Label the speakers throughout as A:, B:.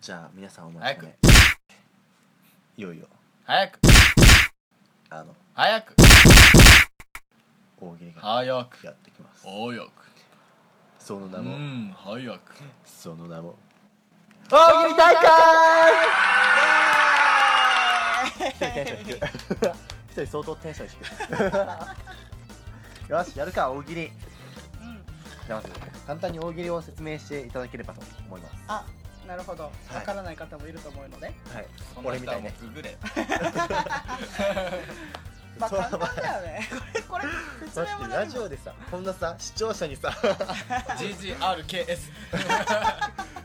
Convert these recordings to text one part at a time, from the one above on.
A: じゃあ皆さんお待
B: 早
A: ち
B: く
A: かねいよいよ
B: 早く
A: あの
B: 早く
A: 大喜利が
B: 早く
A: やってきます
B: 早く
A: その名
B: う
A: も、
B: ん早く
A: その名も大喜利大会テンション低い一人相当テンション低いよしやるか大喜利
C: うん
A: じゃあまず簡単に大喜利を説明していただければと思います
C: あなるほどわ
A: い
C: からない方もいると思うので、
A: はい
B: そんな
A: 俺み
B: 人
A: た
B: はいもう
A: ね
B: ググれ
C: まあ
A: そう
C: 簡単だ よねこれこれ説
A: だ
C: 明
A: っ
C: も
A: て
C: な
A: ラ
C: い
A: ジ
C: もん
A: オでさこんなさ視聴者にさ
B: GGRKS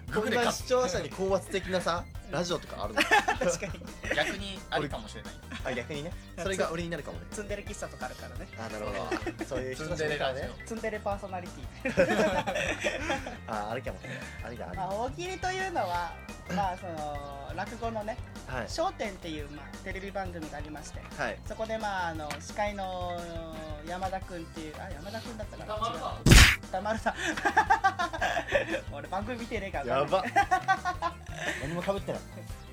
B: グ
A: こ
B: グ
A: ん
B: れか
A: な視聴者に高圧的なさラジオとか あるの
C: 確かに
B: 逆にありかもしれない
A: あ逆にねそれが俺になるかもね
C: ツンデレ喫茶とかあるからね
A: あなるほどそういう
B: ツ
A: 人
B: ン
A: たち
B: デレ
A: だから
B: ラジ
A: ね
C: ツンデレパーソナリティ
A: ああれかもあれだあれ
C: まあ大喜利という のはまあその落語のね
A: はい
C: 『笑点』っていう、まあ、テレビ番組がありまして
A: はい
C: そこでまああの司会の山田君っていうあ山田君だったかな
B: オ
C: 違う歌丸さん 俺番組見てねえから
A: やば 何もかぶってない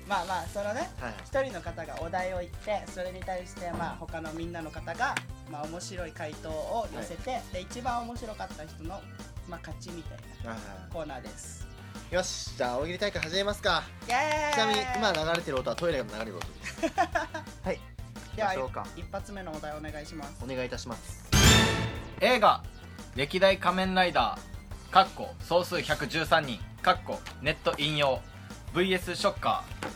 C: まあまあそのね
A: はい
C: 一人の方がお題を言ってそれに対してまあ他のみんなの方がまあ面白い回答を寄せて、で一番面白かった人のまあ勝ちみたいな
A: あ
C: コーナーです
A: ーよしじゃあ大喜利大会始めますか
C: イエーイ
A: ちなみに今流れてる音はトイレが流れる音ですはい
C: では
A: 行きましょうか
C: 一発目のお題お願いします
A: お願いいたします
B: 映画「歴代仮面ライダー」かっこ総数113人かっこネット引用 VS ショッカー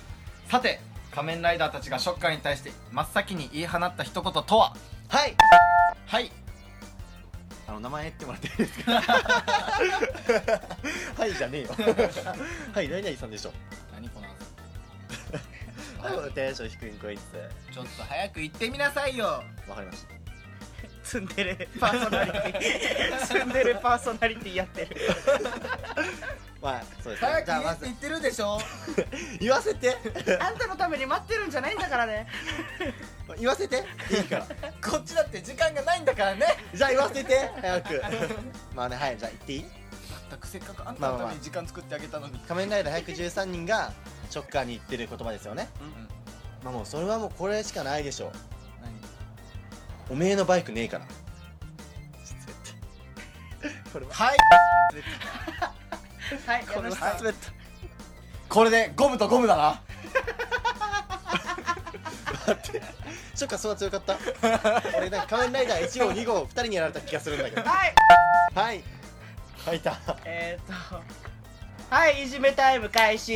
B: さて仮面ライダーたちがショッカーに対して真っ先に言い放った一言とは
A: はい
B: はい
A: あの名前言ってもらっていいですか はいじゃ ねえよはい何々さんでしょ
B: 何この
A: あテンション低いんこいつ
B: ちょっと早く言ってみなさいよ
A: わかりました
C: ツンデレパーソナリティ ツンデレパーソナリティやってる
A: まあそうですね
B: 早く
A: じゃあ
B: 言え
A: ま
B: って
A: ず
B: 言ってるでしょ
A: 言わせて
C: あんたのために待ってるんじゃないんだからね
A: 言わせて いいから
B: こっちだって時間がないんだからね
A: じゃあ言わせて早く まあねはいじゃあ言っていい
B: 全くせっかくあん
A: まあ
B: たの
A: まあ
B: た
A: まあ
B: めに時間作ってあげたのに、
A: 仮面ライダー113人がショッカーに言ってる言葉ですよね
B: うん
A: まあもうそれはもうこれしかないでしょおめえのバイクねえからこれは
B: はい
C: はいや
A: これ
C: りま
A: は
C: した
A: 滑った
B: これでゴムとゴムだな
A: ショッカーそんな強かった 俺なんか仮面ライダー1号2号2人にやられた気がするんだけど
C: はい
A: はいはいた
C: えー、っとはいいじめタイム開 始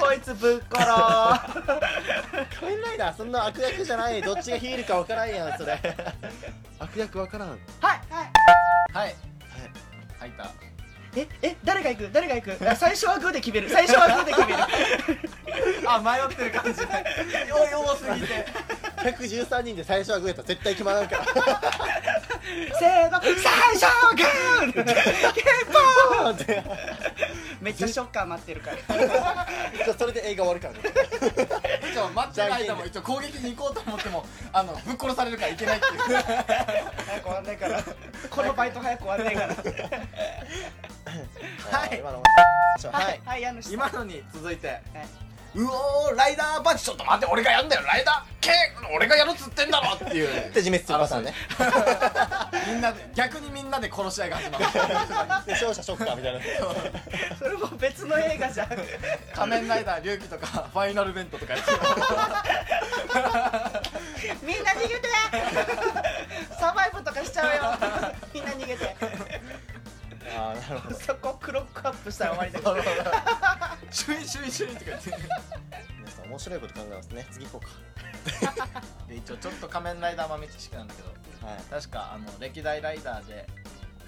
C: こいつぶっころー
A: 仮面ライダーそんな悪役じゃないどっちがヒールか分からんやんそれ 悪役分からんはい
C: はいはい
B: はい入った
C: ええ誰が行く誰が行くあ最初はグーで決める最初はグーで決める
B: あ迷ってる感 じ弱すぎ て
A: 113人で最初はグーやったら絶対決まらんから
C: せーの最初はグー
A: パーンって
C: めっちゃショッカー待ってるから
A: じゃあそれで映画終わるからね
B: 一応待ってる間も一応攻撃に行こうと思ってもあのぶっ殺されるからいけないっていう
C: 早く終わんないからこのバイト早く終わんないから
A: はい今のはい
C: はい家主さん
B: 今のに 続いて
C: はいう
B: おーライダーバチちょっと待って俺がやんだよライダー系俺がやるっつってんだろっていう
A: で自滅するパターンね
B: みんなで逆にみんなで殺し合いが始まる
A: で勝者ショッカーみたいな
C: それも別の映画じゃん
B: 仮面ライダー龍騎とか ファイナルベントとかやって
C: みんな逃げてサバイブとかしちゃうよみんな逃げて
A: ああなるほど
C: そこクロックアップしたら終わりだから
B: シュイシュイシュイとか言って
A: 皆さん面白いこと考えますね次行こ
B: で一応ちょっと仮面ライダー豆知識なんだけど
A: うかはい
B: 確かあの歴代ライダーで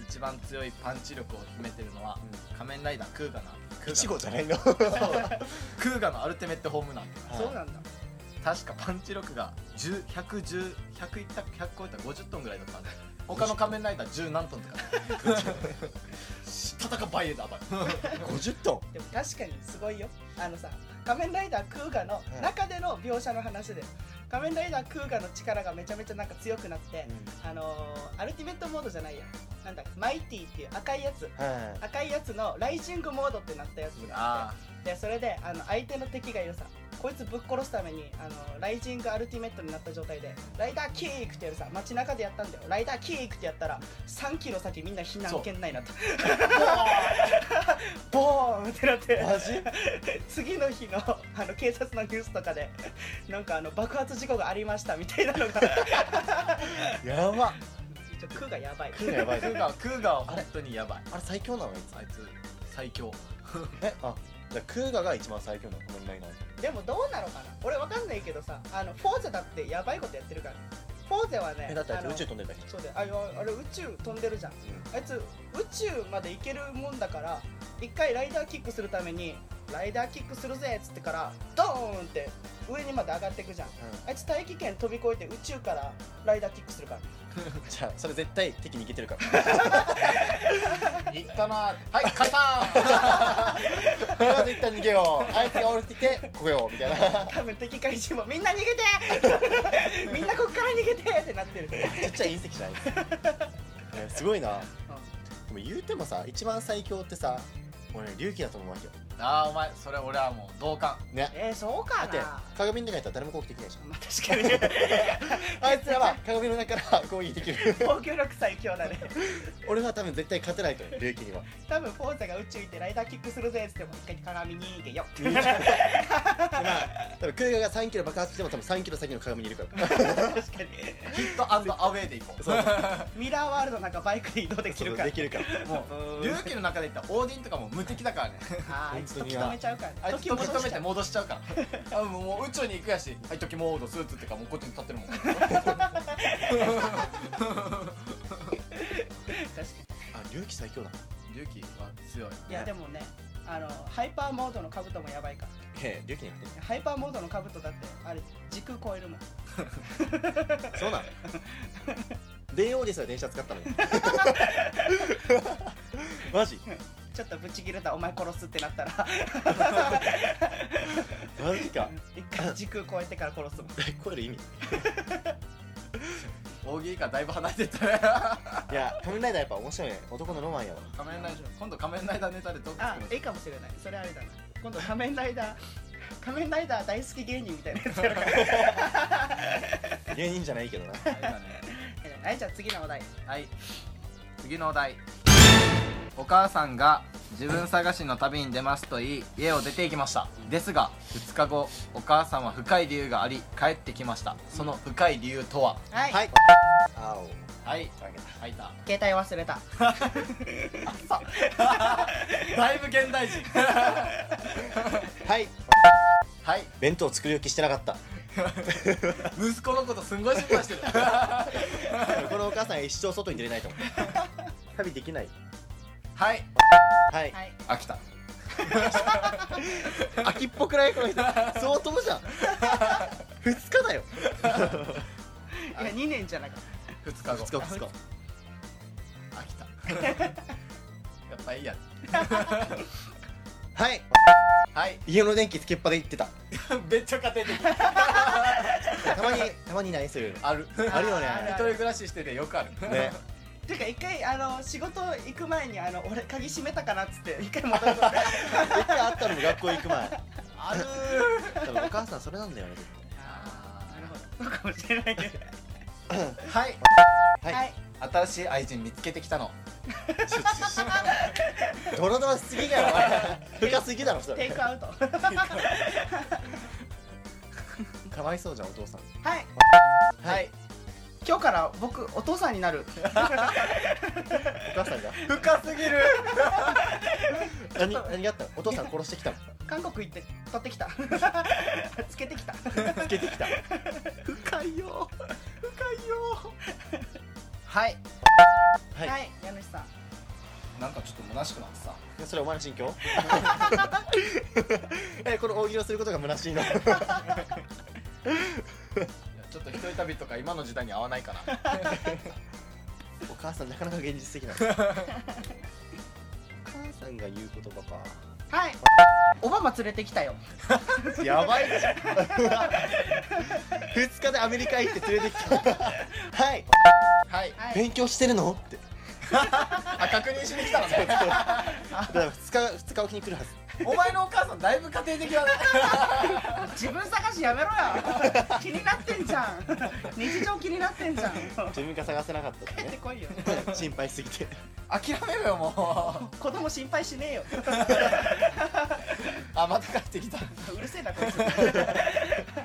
B: 一番強いパンチ力を秘めてるのは、仮面ライダークーガなク
A: 1
B: ーガ
A: 号じゃないの
B: そうクーガのアルティメットホームラン
C: そうなんだ
B: 確かパンチ力が10 110 100いった100超えたら50トンぐらいだったんだよ他の仮面ライダー10何トンとか戦バイエだば
A: 50ト
C: でも確かにすごいよあのさ仮面ライダークーガの中での描写の話で、仮面ライダークーガの力がめちゃめちゃなんか強くなって、あのー、アルティメットモードじゃないやなんだマイティっていう赤いやつ
A: はい
C: 赤いやつのライジングモードってなったやつがあ
B: あ
C: ってでそれであの相手の敵がいるさこいつぶっ殺すためにあのライジングアルティメットになった状態でライダーキークってやるさ街中でやったんだよライダーキークってやったら3キロ先みんな避難圏内にな ったボーンってなって
A: マジ
C: 次の日のあの警察のニュースとかでなんかあの爆発事故がありましたみたいなのが
A: やば
C: ちょっと空がやばい
A: クーガやば
B: あ
A: い
B: クー
A: ね
B: ガークーガーは本当にやばい
A: あれ最強なのあいつ
B: あいつ最強
A: えあじゃあクーガが一番最強なの仮面ライダー
C: でもどうなのかな俺わかんないけどさあのフォーゼだってやばいことやってるからねフォーゼはね
A: えだってあい
C: あ
A: つ
C: の
A: 宇宙飛んでるだけ
C: そうだよあいやあれ宇宙飛んでるじゃんあいつ宇宙まで行けるもんだから一回ライダーキックするためにライダーキックするぜっつってからドーンって上にまで上がっていくじゃんあいつ大気圏飛び越えて宇宙からライダーキックするから
A: うんじゃあそれ絶対敵にいけてるから
B: いったなはい勝った
A: まず一旦逃げようあいつが降りてきてここよみたいな
C: 多分敵怪獣もみんな逃げて みんなこっから逃げてってなってる
A: ちっちゃい隕石じゃないねすごいなでも言うてもさ一番最強ってさ俺龍騎だと思うわけよ
B: ああお前それ俺はもう同感
A: ね
C: えー、そう
A: だ
C: か
A: って
C: な
A: 鏡の中やったら誰も攻撃できないじ
C: まあ確かにね
A: ゃんあいつらは鏡の中から攻撃できる
C: 防御力最強だね
A: 俺は多分絶対勝てないと思う龍騎には
C: 多分フォーザが宇宙行ってライダーキックするぜっつってもう一回鏡に逃げよ
A: 逃げよ多分空ガが3キロ爆発しても多分3キロ先の鏡にいるから
C: 確かに
B: ヒットアウェイでいこ う
A: そう
C: ミラーワールドなんかバイクで移動できるから
A: できるから
B: もう龍騎の中でいったらオーディンとかも無敵だ からね
C: あーあいつ
A: 本当
C: 時
A: にな
C: 止めちゃうから
B: あいつ時止めて
C: 戻し
B: 戻しちゃうからあもうもう宇宙に行くやしはい時モードスーツってかもうこっちに立ってるもん
C: ちゃう確か
A: あ龍騎最強だ
B: 龍騎は強い
C: にいやでもねあのハイパーモードの兜もやばいから
A: ええ龍騎にやって
C: ハイパーモードの兜だってあれ時空超えるもん
A: そうなの電王ですら電車使ったの にマジ
C: ちょっとブチ切れたお前殺すってなったら
A: マジか
C: 一回時空超えてから殺すもん
A: 超える意味
B: 大喜利からだいぶ離れて ったね
A: いや仮面ライダーやっぱ面白いね男のロマンやわ
B: 仮面ライダー今度仮面ライダーネタでどう
C: あ
B: 作る
C: いいかもしれないそれあれだな今度仮面ライダー仮面ライダー大好き芸人みたいなやつやるから
A: 芸人じゃないけどな
C: はいじゃあ次のお題
B: はい次のお題お母さんが自分探しの旅に出ますと言い家を出て行きましたですが2日後お母さんは深い理由があり帰ってきましたその深い理由とは
C: はい、
A: はい青
B: はい
A: あげた
B: 入った
C: 携帯忘れた
B: だいぶ現 代人
A: はい
B: はい
A: 弁当作り置きしてなかった
B: 息子のことすんごい心 配してるは
A: このお母さんは一生外に出れないと思う旅できない
B: い
A: はい
C: はい
B: 飽きた
A: 秋っぽくないこの人相当 じゃん二日だよ
C: いや2年じゃなかった
B: 2日後
A: 二日二日
B: 飽きたやっぱいいや
A: はい
B: はい
A: 家の電気つけっぱで行ってた
B: めっちゃ家庭的
A: たまにたまにないそういうの
B: ある
A: あるよね
C: ある
B: 一人暮らししててよくある
A: ね
C: ていうか一回あの仕事行く前にあの俺鍵閉めたかなっつって一回戻る
A: 一回あったのも学校行く前
B: ある
A: 多分お母さんそれなんだよね絶
C: なるほどそうかもしれないけど
B: はい
A: 対
C: は
A: はい
C: い
B: 新しい愛人見つけてきたの
A: ドロドロしすぎだよお前深すぎだろそ
C: テイ
A: れ
C: クアウトは
A: かわいそうじゃんお父さん
C: い
B: はい
C: 今日から僕お父さんになる
A: お母さんが
B: 深すぎる
A: 何何があったのお父さん殺してきたの
C: 韓国行って取ってきた つけてきた
A: つけてきた
C: 深いよ深いよ
B: はい
A: はい、
C: はい家主さん
B: なんかちょっと虚しくなってさ
A: それお前の心 境えこの大喜利をすることが虚しいの
B: いやちょっと一人旅とか今の時代に合わないか な
A: お母さんなかなか現実的なのお母さんが言う言葉か
C: はいオバマ連れてきたよ
A: やばいじゃん2日でアメリカ行って連れてき たはい
B: はい
C: はい
A: 勉強してるのって
B: あ確認しに来たのね
A: だから2日二日おきに来るはず
B: お前のお母さんだいぶ家庭的だね
C: 自分探しやめろ よ気になってんじゃん日常気になってんじゃん
A: 自分が探せなかったって
C: 帰って
A: ね
C: こいよ
A: 心配しすぎて
B: 諦めろよもう
C: 子供心配しねえよ
B: あまた帰ってきた
C: うるせえなこいつ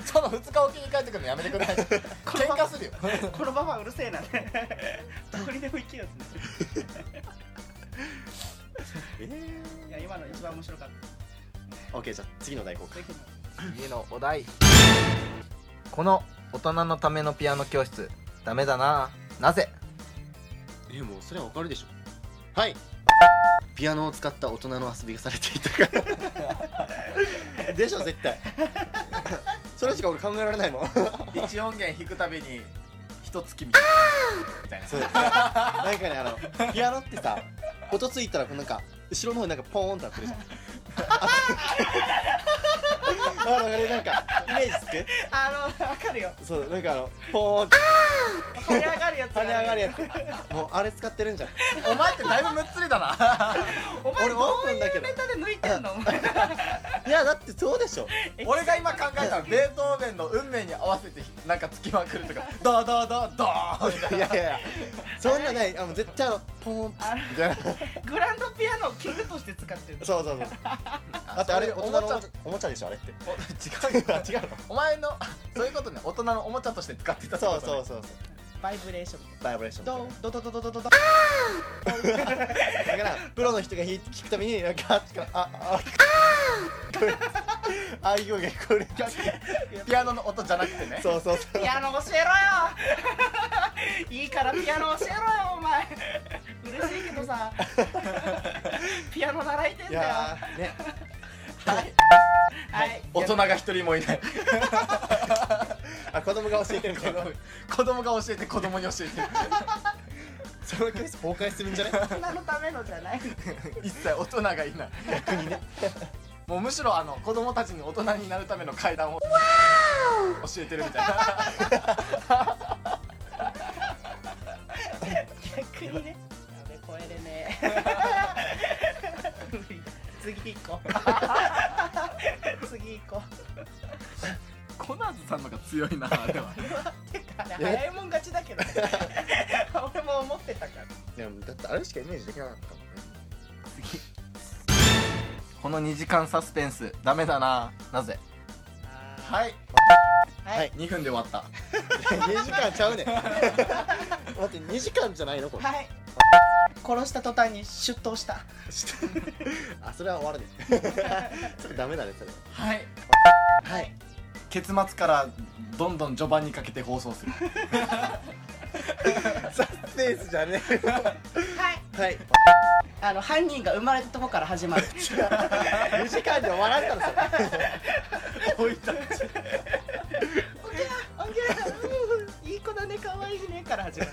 B: その2日おきに帰ってくるのやめてくれない喧嘩するよ
C: このままうるせえな ねどこにでも行けよって
A: え
C: いや今の一番面白かった
A: ー、OK じゃあ次の題行こうか
C: ぜひ
B: 次のお題この大人のためのピアノ教室ダメだななぜ
A: えもうそれはわかるでしょはいピアノを使った大人の遊びがされていたから でしょ絶対それしか俺考えられないもん
B: 一音源弾くたびに一月みたいなみたいな
A: そうなんかねあのピアノってさ音ついたらこうなんか後ろの方になんかポーンってなってる じゃんああのあれなんかイメージつく
C: あのわかるよ
A: そうなんかあのポーンって
C: 跳ね上がるやつ
A: 跳ね上がるやつもうあれ使ってるんじゃん
B: お前ってだいぶむっつりだな
C: お前
A: 俺
C: ど
A: オープ
C: うい
A: ンだけ
C: う
A: ど
C: ネタで抜いてんのお 前
A: いやだってそうでしょ
B: 俺が今考えたのベートーベンの運命に合わせてなんかつきまくるとか ダダダダーンみたい
A: いやいやいやそんなないあの絶対あのポーン
C: あの
A: みたいな
C: グランドピアノを器具として使ってる
A: そうそうそう
B: な
A: だってあれ
B: そういう
A: 大
B: お
A: 人
B: も
A: の
B: ち
A: おもちゃお
B: ゃ
A: もちゃでしょあれって
B: お違うよ
A: 違うの
B: お前のそういうことね大人のおもちゃとして使ってたってこ
A: そ
B: と
A: う
B: ね
A: そうそうそう
C: バイブレーション
A: バイブレーション
C: ドンドドドドドドド
A: だからプロの人が弾い聞くたびになんかあっちからあああこれああいう声が聞こえる
B: ピアノの音じゃなくてね
A: そうそうそう
C: ピアノ教えろよ いいからピアノ教えろよお前嬉しいけどさ ピアノ習いてん
A: い
C: だよ
A: やーね
B: はい
C: はい
B: 大人が一人もいない
A: あ子供が教えてるから
B: 子供が教えて子供に教えてる
A: そのケース崩壊するんじゃない
C: 大人のためのじゃない
B: 一切大人がいない逆にねもうむしろあの子供たちに大人になるための階段を教えてるみたいな
C: 逆にねやべ声でね 無理だ次行こ う次行こ
B: コナーズさんのが強いなでは
C: うてかね早いもん勝ちだ けど俺も思ってたから
A: でもだってあれしかイメージできなかったもんね
B: この2時間サスペンスダメだななぜ
C: い
B: はい
C: はい
B: 2分で終わった
A: 2時間ちゃうねん待って2時間じゃないのこれ
C: はい殺した途端に出頭した
A: あそれは終わる ねちょっとダメだねそれ
B: はい
A: はい
B: 結末からどんどん序盤にかけて放送する
A: サスペンスじゃねえ
C: はい
A: はい
C: あの犯人が生まれたとこから始まる
A: 2時間で終わらんからそれ
B: おいたち
C: あげうんいい子だね可愛いねから始まる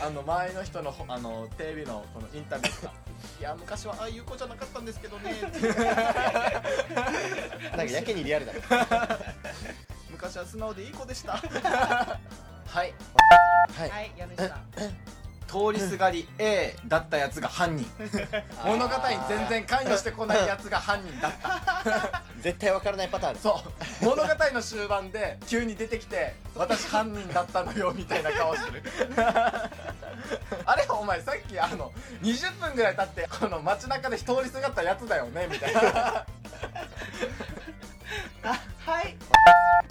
B: あの前の人のほあのテレビのこのインタビューとか いや昔はああいう子じゃなかったんですけ どねって
A: なんかやけにリアルだね
B: 昔は素直でいい子でした はい
A: はい
C: はい家主さん
B: 通りすがり A だったやつが犯 人物語に全然関与してこないやつが犯人だった
A: 絶対わからないパターンです
B: そう物語の終盤で急に出てきて私犯人だったのよみたいな顔してるあれお前さっきあの20分ぐらい経ってこの街中で通りすがったやつだよねみたいな
C: あはい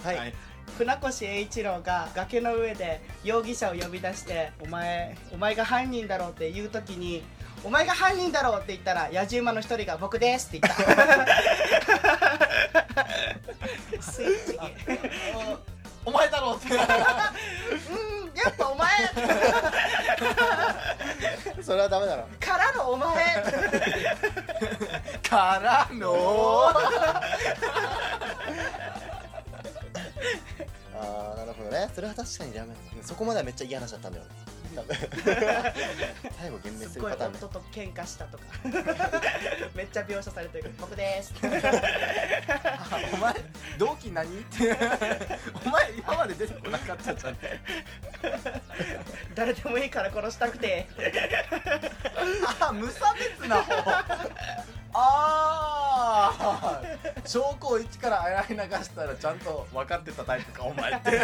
A: はい、
B: はい
C: 船越英一郎が崖の上で容疑者を呼び出して「お前お前が犯人だろ」うって言う時に「お前が犯人だろ」うって言ったら野じ馬の一人が「僕です」って言 ったスイッチ
B: お前だろうって
C: うんやっぱお前
A: それはダメだろ
C: からのお前
B: からの
A: あーなるほどねそれは確かにダメだそこまではめっちゃ嫌な話だったんだ よね多分最後幻滅
C: す
A: す
C: っ
A: る
C: ごい
A: パターンね
C: 夫と喧嘩したとかめっちゃ描写されてる僕です
A: あお前同期何ってお前今まで出てこなかったじゃん
C: 誰でもいいから殺したくて
A: あ無差別な方ああ証拠を一から洗い流したらちゃんと分かってたタイプかお前って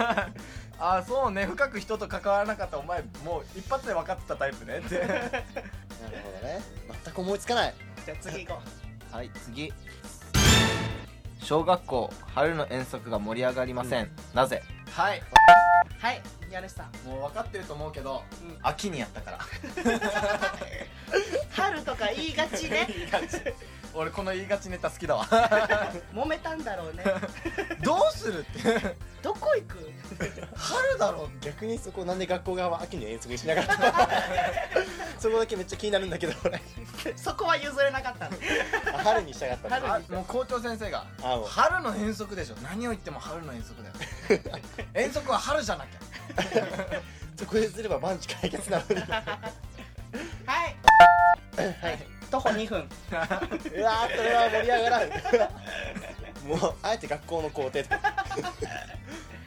A: ああそうね深く人と関わらなかったお前もう一発で分かってたタイプねってなるほどね全く思いつかない
C: じゃあ次行こう
B: はい次小学校春の遠足が盛り上がりません、なぜ
A: はい
C: はい家主さん
A: もう分かってると思うけど、
C: うん
A: 秋にやったから
C: 春とか言いがちね
A: 言いがち俺この言いがちネタ好きだわ
C: 揉めたんだろうね
A: どうするって
C: どこ行く
A: 春だろ逆にそこなんで学校側は秋に遠足にしなかった そこだけめっちゃ気になるんだけど 俺
C: そこは譲れなかったの
A: あ春にしたかったんだ
C: 春に
B: もう校長先生が
A: あもう
B: 春の遠足でしょ何を言っても春の遠足だよ 遠足は春じゃなきゃ
A: そこですれば万事解決なのに
C: はいはい徒歩2分
A: うわーそれは盛り上がらんもうあえて学校の校庭とか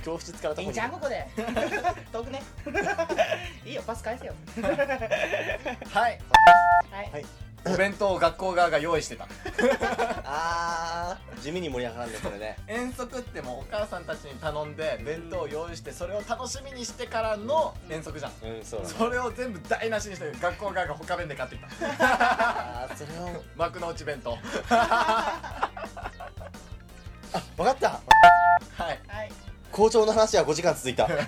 A: 教室からとこ
C: いいん
A: に
C: じゃんここで 遠くね いいよパス返せよ
B: はい
C: はい、
A: はい
B: お弁当を学校側が用意してた
A: あー地味に盛り上がらんねこれね
B: 遠足ってもうお母さんたちに頼んで弁当を用意してそれを楽しみにしてからの遠足じゃん
A: うんそうだね
B: それを全部台無しにして学校側が他弁で買ってきた
A: あーそれを
B: 幕の内弁当
A: あ分かった
B: はい
C: はい、
A: 校長の話は5時間続いた
C: 遠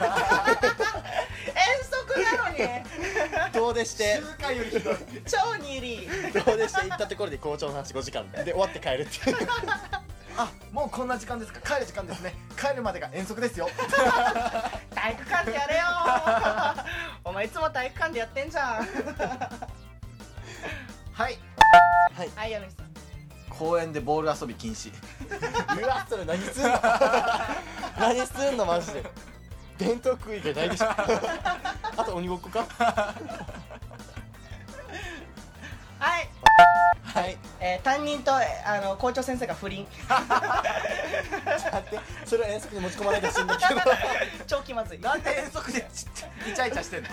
C: 足なのに
A: 遠出して
B: 中華よりひどい
C: 超ニリ
A: 遠出して行ったところで校長の話5時間で終わって帰るっていう
B: あもうこんな時間ですか帰る時間ですね帰るまでが遠足です よ
C: 体育館でやれよ お前いつも体育館でやってんじゃん
B: はい
A: はい
C: はい家主さん
B: 公園でボール遊び禁止
A: うわそれ何すんの何すんのマジで弁当食う以外ないでしょあと鬼ごっこか
C: はい
A: はい
C: えー担任とえーあの校長先生が不 倫
A: ちょっと待ってそれは遠足に持ち込まないでほしいんだけど
C: 超気まずい
B: なんで遠足でちっイチャイチャしてんの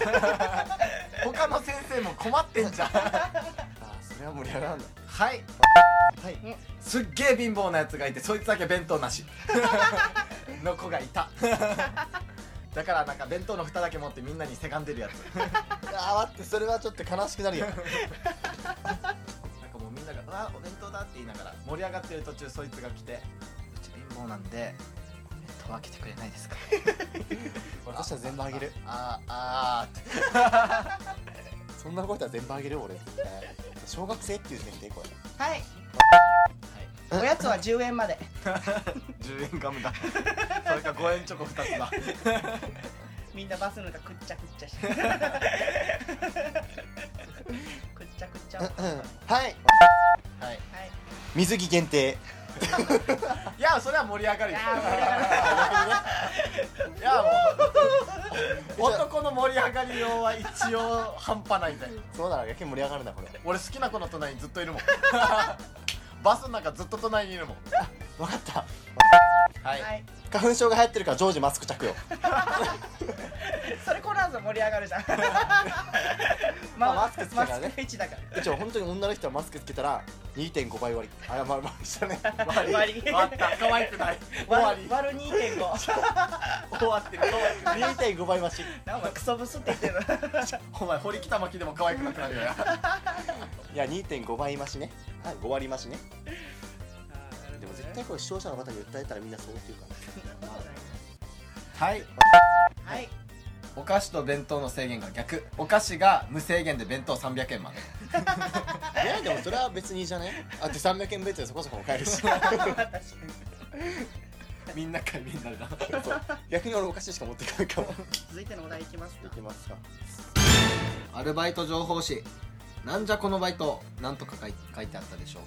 B: 他の先生も困ってんじゃん
A: あーそれは盛り上がらんだ
B: はい
A: はい
B: すっげえ貧乏なやつがいてそいつだけ弁当な しの子がいただからなんか弁当の蓋だけ持ってみんなにせがんでるやつ
A: あー待ってそれはちょっと悲しくなるよ
B: なんかもうみんなが「うわお弁当だ」って言いながら盛り上がってる途中そいつが来て「うち貧乏なんでお弁当開けてくれないですか?」
A: 私は全部あげる
B: ああーあーって
A: そんなことは全部あげるよ俺小学生っていう前提これ
C: はいおやつは10円まで
B: 10円ガムだ それか5円チョコ2つだ
C: みんなバスの中くっちゃくっちゃしてくっちゃくっちゃはい
A: はい
B: はい
A: 水着限定
B: いやそれは盛り上がる
C: い
B: よ
C: やー盛り上がる
B: いやもう男の盛り上がりようは一応半端ないぜ
A: そうなら逆に盛り上がるなこれ
B: 俺好きな子の隣にずっといるもん バスの中ずっと隣にいるもん
A: 分かった
B: は
C: はい
A: 花粉症が流行ってるから常時マスク着用
C: それコナンさん盛り上がるじゃん
A: まあマスクつけたからね
C: マスクフェチだから
A: 一応本当に女の人はマスクつけたら2.5倍割り謝りましたね
B: 終わり終わった可愛くない終わ
C: 割
B: り
C: る割る2.5
B: 終わってる可愛くない
A: 2.5倍増し
C: なんかお前クソブスって 言ってるの
B: お前堀北真希でも可愛くなくなるよ
A: いや2.5倍増しねはい5割増しねでも絶対これ視聴者の方に訴えたらみんなそうっていうからま
B: はい
C: はい
B: お菓子と弁当の制限が逆お菓子が無制限で弁当300円まで
A: あいやでもそれは別にいいじゃねあって300円別でそこそこも買えるしそう
C: 確かに
B: みんな買いみんなだ
A: 逆に俺お菓子しか持ってこないかも
C: 続いてのお題いきます
A: い
C: か
A: きますか
B: アルバイト情報誌なんじゃこのバイトなんとか書い書いてあったでしょう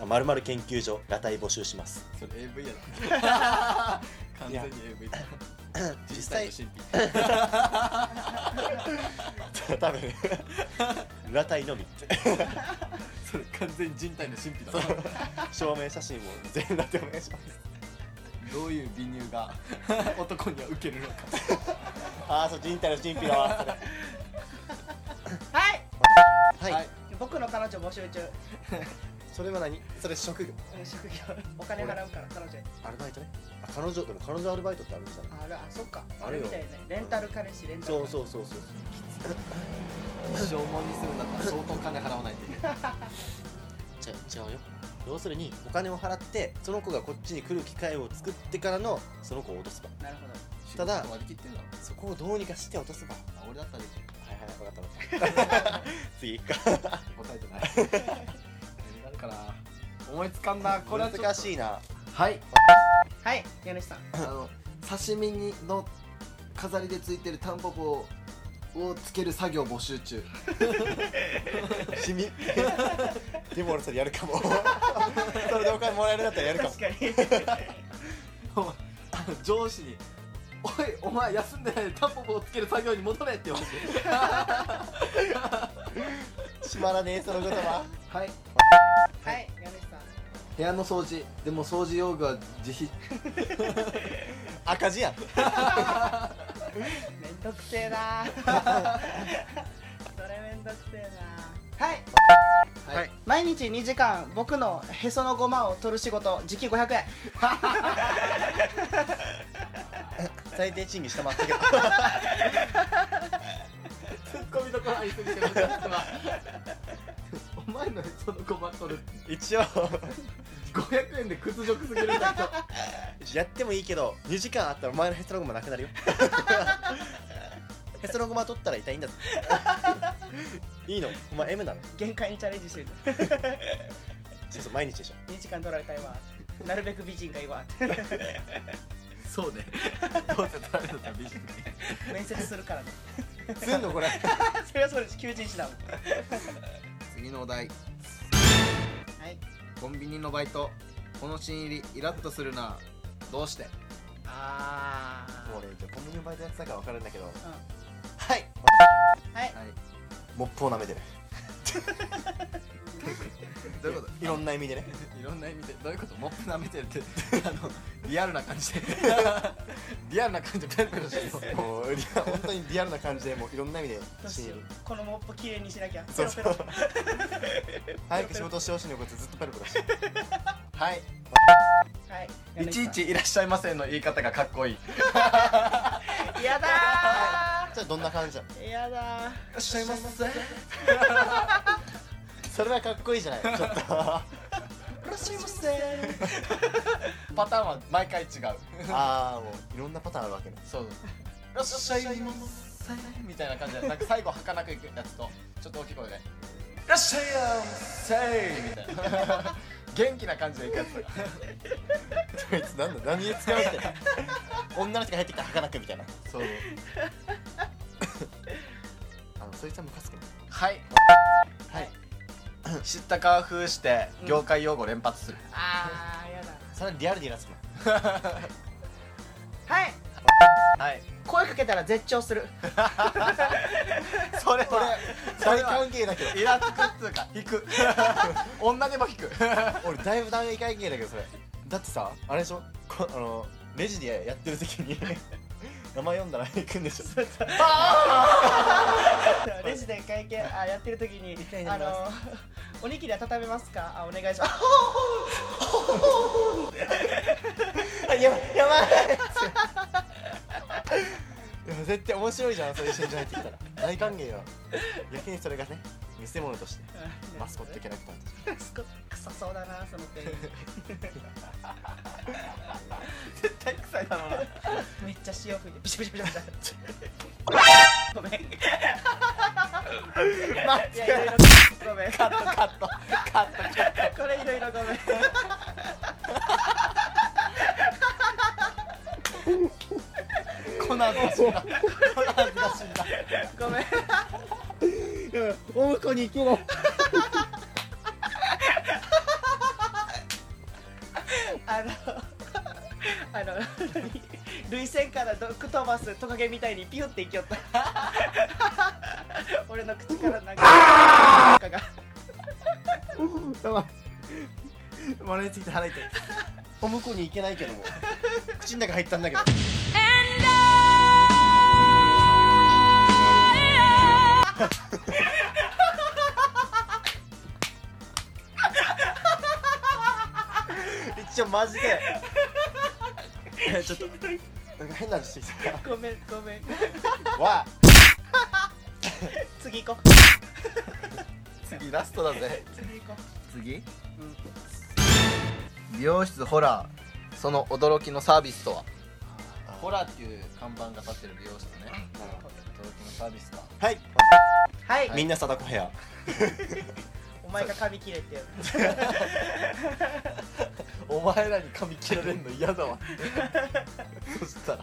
B: か
A: まるまる研究所裸体募集します
D: それ AV や な完全に AV だ実際の神秘
A: 多分裸体 のみ
D: それ完全に人体の神秘だな
A: 証明写真も全裸でお願いします
D: どういう美乳 が男にはウケるのか
A: ああそう人体の神秘だわ
C: はい
A: それはい、
D: はい
C: 僕の彼女募集中
A: それは何それ職業
C: うん職業お金払うから彼女に
A: アルバイトねあ彼女でも彼女アルバイトってあるんじゃない
C: あらあそっか
A: あ
C: あ
A: る
C: れ
A: よ
C: みたいねレンタル彼氏レンタル
A: そうそ
C: 彼氏
A: うそうそう
D: 消耗にするんだったら相当金払わないといけない
A: ちゃ違うよ要するにお金を払ってその子がこっちに来る機会を作ってからのその子を落とす場
C: なるほど
D: た
A: ただ
D: だ割り切ってんだろ
A: そこをどうにかして落とす場は
D: あ俺だったらできる
A: いはい分かった分かった 次行くか
D: 答えてない何が あるかな
B: 思いつかんなこれはちょっと
A: 難しいな
D: はい
C: はい家主さん
D: あの刺身にの飾りでついてるタンポポをつける作業募集中
A: シミでも俺それやるかもそれでお金もらえるんだったらやるかも
C: 確かに
D: お前あの上司に「おいお前休んでないでタンポポをつける作業に戻れ」って言われて
A: 閉まらねえその言葉
D: はい
C: はい家主さん
D: 部屋の掃除でも掃除用具は自費
A: 赤字やん
C: めんどくせえ なそれめんどくせえなはい
D: はい、
C: 毎日2時間僕のへそのごまを取る仕事時給500円
A: 最低賃金下回ったけど
D: ツッコミどころありすぎてます今お前のへそのごま取る
A: 一応
D: 500円で屈辱すぎるんだけど
A: やってもいいけど2時間あったらお前のヘソロゴマな くなるよヘソロゴマ取ったら痛いんだぞいいのお前 M なの
C: 限界にチャレンジしてる
A: そうそう毎日でしょ
C: 2時間取られたいわなるべく美人がいいわ
D: そうねどうせ取られたら美人
C: 面接するからね
A: すんのこれ
C: それはそうです求人誌だもん
B: 次のお題
C: はい
B: コンビニのバイトこの新入りイラッとするなどうして
C: あ
A: もう俺コンビニのバイトやってたから分かるんだけど
C: う
A: はい
C: んはい
B: はい
A: モップを舐めてる
B: どういうこ
A: いろんな意味でね
D: いろんな意味でどういうことモップ舐めてるって あのリアルな感じでリアルな感じでペロペロしてる
A: もうリア本当にリアルな感じでもういろんな意味で
C: どう
A: 死
C: し
A: んで
C: よう
A: る
C: このモップきれいにしなきゃ
A: そうそう
C: ペロペロ
A: 早く仕事してほしいのにこいつずっとペロペロしてる
D: はい
C: はい
B: といちいちいらっしゃいませの言い方がかっこいい
C: やだ
A: じゃあどんな感じだ
C: ーやだー
A: っしゃいませそれはかっこいいじゃない ちょっと
C: いらっしゃいませ
B: パターンは毎回違う
A: ああもういろんなパターンある わけね
B: そういらっしゃいませみたいな感じでなんか最後儚くいくやつとちょっと大きい声で「いらっしゃいませみたいな元気な感じでいく やつとか
A: こいつなんだ何に使うみたいな女の人が入ってきたら儚くみたいな
B: そう
A: あのそいつはムカつくね
B: はい
C: はい
B: 知った顔風して業界用語連発する、
C: あーやだ
A: それはリアルにイラつくの
C: はい
B: はい
C: 声かけたら絶頂する
B: それは
A: 大歓迎だけど
B: イラつくっつうか引く女でも引く
A: 俺だいぶ大歓迎だけどそれだってさあれでしょこあのレジでやってる時 に名前読んだら行くんでしょ
C: レジで会計あやってる時に
A: 回にな
C: あ
A: ります
C: の おにぎり温めますかあお願いします
A: あやばいやばいでも絶対面白いじゃんそれ一緒に入ってきたら大歓迎よやけにそれがね見せ物としてマスコットキャラクターとして
C: マスコット臭そうだなその 店員
B: 絶対臭いだろうな
C: めっちゃ塩吹いてビシャビシャビシャビシ ャごめんいやいろいろごめんカットカットカットカットこれいろいろごめん
B: この後 しな
C: ごめん
A: 大向こうに行けない
C: あの あの 何涙腺から毒飛ばすトカゲみたいにピュっていきよった 俺の口からなんかなんかが
B: やばいマネについて腹 痛い
A: お向こうに行けないけども口の中入ったんだけど一応マジでちょっとなんか変な話してき
C: ごめんごめん
A: たわ
C: 次行こ
B: 次ラストだぜ
C: う次行こ
E: 次
C: う、うん、
E: 美容室ホラーその驚きのサービスとはホラーっていう看板が立ってる美容室ね驚きのサービスか
A: はい、
C: はい、
A: みんな貞子ヘア
C: お前が髪切れってやつ
B: お前らに髪切られんの 嫌だわそしたら
A: は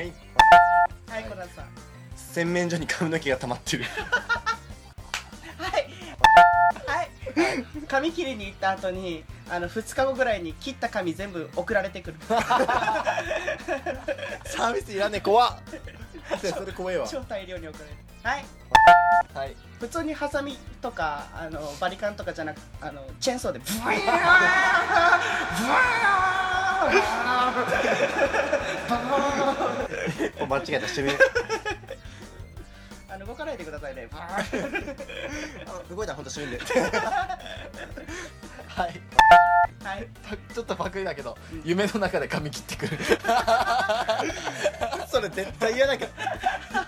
A: い
C: はいコナンさん
A: 洗面所に髪の毛が溜まってる
C: はいはい髪切りに行った後にあの2日後ぐらいに切った髪全部送られてくる
A: サービスいらねえ怖っそれ怖えわ
C: 超大量に送られるはい
B: はい
C: 普通にハサミとかあのバリカンとかじゃなくあのチェーンソーでブイーンブイーン
A: お間違えたしてみる
C: あの動かないでくださいねブイーン
A: あ動いたらほんと死ぬん で
B: はい
C: はい
B: たちょっとパクリだけど夢の中で髪切ってくる
A: それ絶対嫌だけど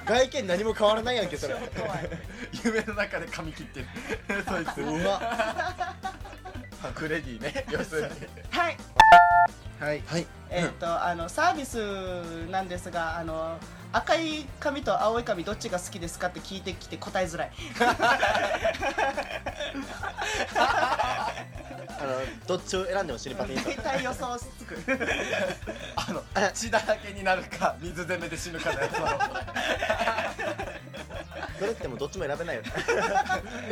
A: 外見何も変わらないやんけそれ
C: 超怖い
B: 夢の中で髪切ってる そいつ
A: うまっ
B: パクレディね要するに
C: はい
B: はい
A: はい
C: えっとあのサービスなんですがあの赤い髪と青い髪どっちが好きですかって聞いてきて答えづらい
A: あのどっちを選んでも死にパティン
C: 大
A: さ
C: 体予想しつく
B: あの血だらけになるか水攻めで死ぬかのやつだろ
A: んどれってもどっちも選べないよね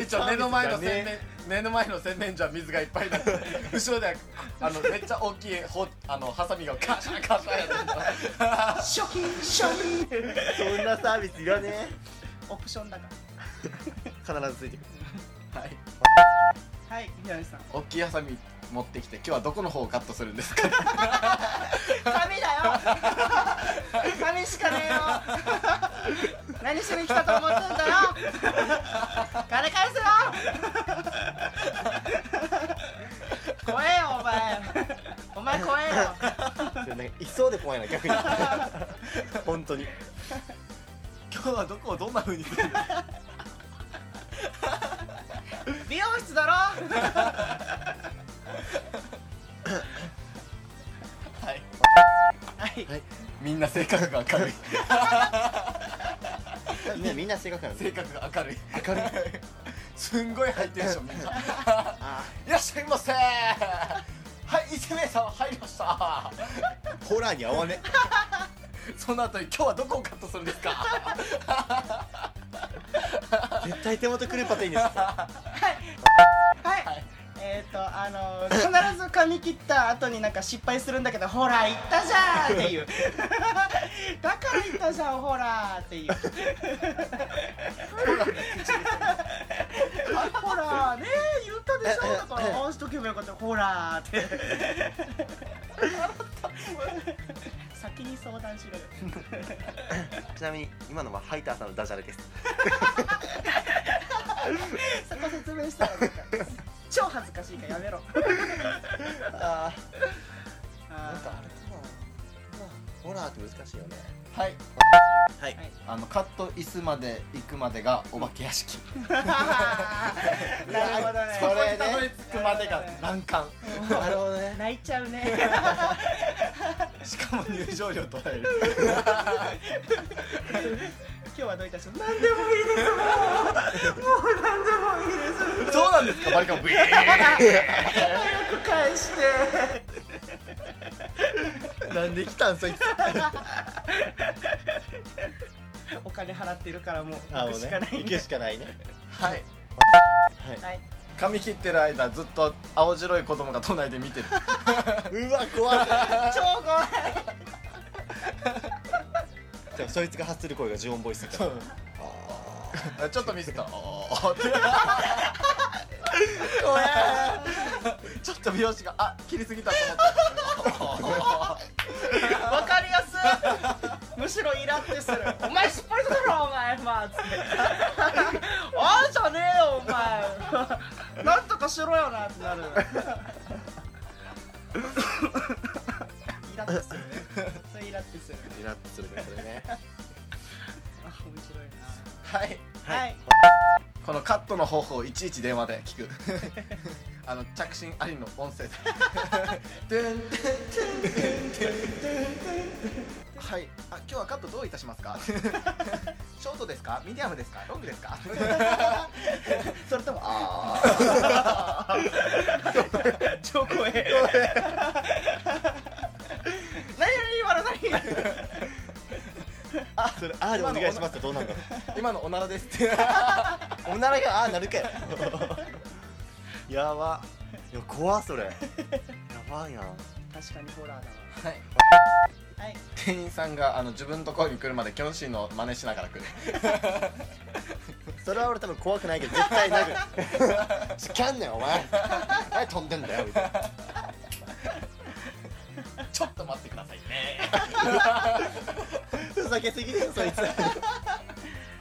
B: 一応目の前の洗面、目の前の洗面所は水がいっぱいだ って後ろではあのめっちゃ大きいほあのハサミがカシャカシャやってんの
C: ショキンショキン
A: そんなサービスいらね
C: オプションだか
A: え必ずついてくる
B: はい
C: らはい南さん
B: 大きいハサミ持ってきて今日はどこの方をカットするんですか
C: 髪だよ 髪しかねえよ何しに来たと思ってんだよ金返せよ怖えよお前お前怖え
A: そ
C: よ
A: れなんかいそうで怖いな 逆に本当に
B: 今日はどこをどんな風に するんですか
C: 美容室だろ
B: はい
C: はい
B: みんな性格が明るい
A: ねみんな性格なの
B: 性格が明るい明るいすんごいハイテンション みんな
A: あ
B: いらっしゃいませはい一名様入りました
A: ーホラーに合わね
B: その後に今日はどこをカットするんですか
A: え絶対手元くれパティンです
C: はい、えっ、ー、とあの必ず髪切った後になんか失敗するんだけどほら言ったじゃんっていう だから言ったじゃんほらっていう ほらね言ったでしょだからああしとけばよかったほらって 先に相談しろよ
A: ちなみに今のはハイターさんのダジャレです
C: そこ説明したらなんか超恥ずかしいからやめろ
A: ああ
C: あ
A: なん
C: ー
A: かあれかなホラーって難しいよね
B: はい
A: はい
E: あのカット椅子まで行くまでがお化け屋 敷
C: なるほどね
B: そこにたどり着くまでが難関
A: なるほどね
C: 泣いちゃうね
B: しかも入場料取られる
C: 今日はどういたしましょう何でもいいですもうもう何でもいいで す
B: そうなんですかバリカンブイーン
C: 早く返して
A: なんで来たんそい つ
C: お金払ってるからもう
A: あ
C: 行くしかない
A: 行くしかないね
B: はい
A: はい
C: はい
B: 髪切ってる間ずっと青白い子供が都内で見て る
A: うわ怖い
C: 超怖い
A: でもそいつが発する声がジオンボイスだから
B: ちょっと見せたあーって ちょっと美 容師があ切りすぎたと思った
C: わかりやすいむしろイラってするお前失敗しただろお前まあつってあんじゃねえよお前なんとかしろよなってなるイラってするねそれイラってする
A: イラッとするねそれね
C: あ面白い
B: はい
C: なはい
B: このカットの方法をいちいち電話で聞く あの着信ありの音声で でんでんでんでんでんでんでんはいあ今日はカットどういたします かショートですかミディアムですかロングですかそれともあー
C: 超怖え何々今の何
A: それあーでお願いしますってどうなんだろ
B: 今のおならですって
A: うおならがあーなるかよやばいや怖っそれやばいな
C: 確かにホラーだ
B: は
C: な
B: い
C: はい
B: 店員さんがあの自分のところに来るまでキョンシーの真似しながら来る
A: それは俺多分怖くないけど絶対なるキャンねんお前何飛んでんだよみたいな
B: ちょっと待ってくださいね
A: ふざけすぎでしょそいつ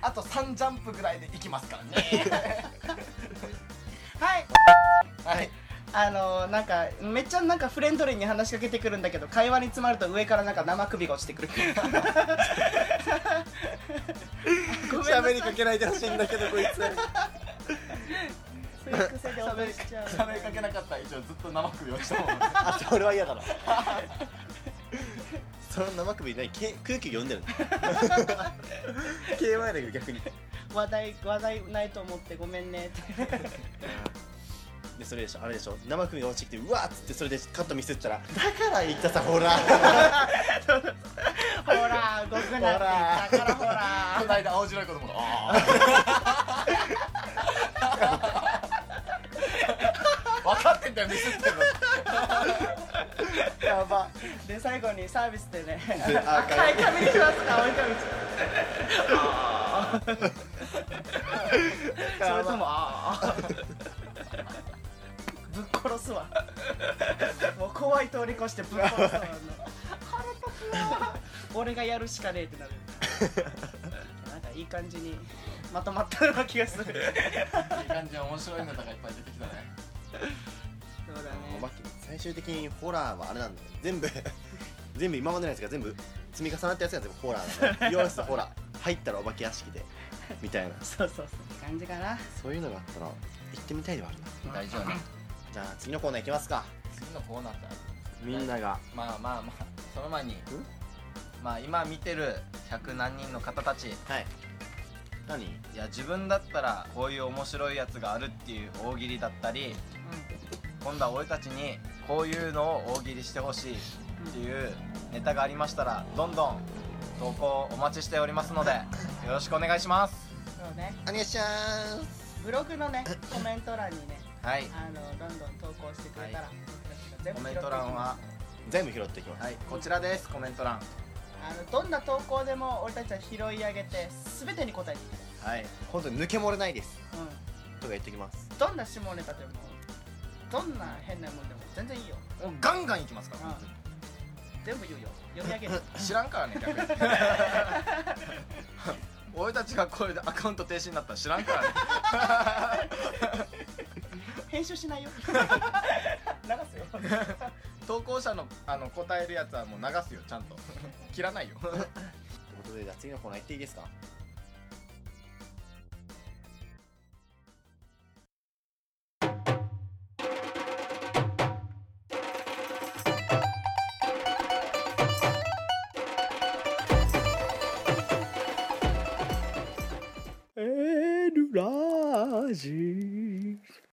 B: あと3ジャンプぐらいで行きますからね
C: はい
B: はい
C: あのー、なんかめっちゃなんかフレンドリーに話しかけてくるんだけど会話に詰まると上からなんか生首が落ちてくるごめんなさい
A: 喋りかけられてほしいんだけどこいつ
C: そういう癖で落
B: 喋
C: と
B: り
C: しちゃう
B: 喋りかけなかった以上ずっと生首をしたもん
A: あそれは嫌だなその生首ねけ空気読 んでる KY だけど逆に
C: 話題話題ないと思ってごめんねって
A: でそれでしょあれでしょ生首が落ちてきてうわっつってそれでカットミスったらだから言ったさほら
C: ほら動くなって言ったからほら
B: この間青白い子供がああ分かってんだよミスってるの
A: やば
C: で最後にサービスでね
A: であ
C: 赤い髪にしますか青い髪にしますそれともああぶっ殺すわもう怖い通り越してぶっ殺すわあの腹立つわ俺がやるしかねえってなるなんかいい感じにまとまったような気がするそうだね
B: いい感じの面白いネタがいっぱい出てきたね
A: おまけ最終的にホラーはあれなんだよ全部 全部今までのやつが全部積み重なったやつが全部ホラーなんだよ要素ホラー入ったらお化け屋敷でみ たいな
C: そうそうそういい感じかな
A: そういうのがあったら行ってみたいではあるな
B: 大丈夫ね
A: じゃあ次のコーナー行きますか
B: 次のコーナーってある
A: みんなが
B: まあまあまあその前にまあ今見てる100何人の方たち
A: はい何
B: いや自分だったらこういう面白いやつがあるっていう大喜利だったり今度は俺たちにこういうのを大喜利してほしいっていうネタがありましたらどんどん投稿お待ちしておりますのでよろしくお願いします
C: そうね
A: お願いします
C: ブログのねコメント欄にね
B: はい
C: あのどんどん投稿してくれたら、
B: は
C: 僕たちが全部
B: コ
C: 拾っ
B: メン
C: ていき
B: ト欄は
C: ます
A: 全部拾っていきます、
B: はいこちらですコメント欄
C: あのどんな投稿でも俺たちは拾い上げて全てに答えていく
B: はい
A: 本当に抜け漏れないです
C: う
A: とか言ってきます
C: んどんな下ネタでもどんな変なもんでも全然いいよ、
B: もうガンガンいきますから
C: うん全部言うよ読み上 げる
B: 知らんからね逆に俺たちがこれでアカウント停止になったら知らんからね
C: 編集しな いよ 流すよ
B: 投稿者のあの答えるやつはもう流すよちゃんと切らないよ
A: ということでじゃあ次のコーナー行っていいですかエルラジ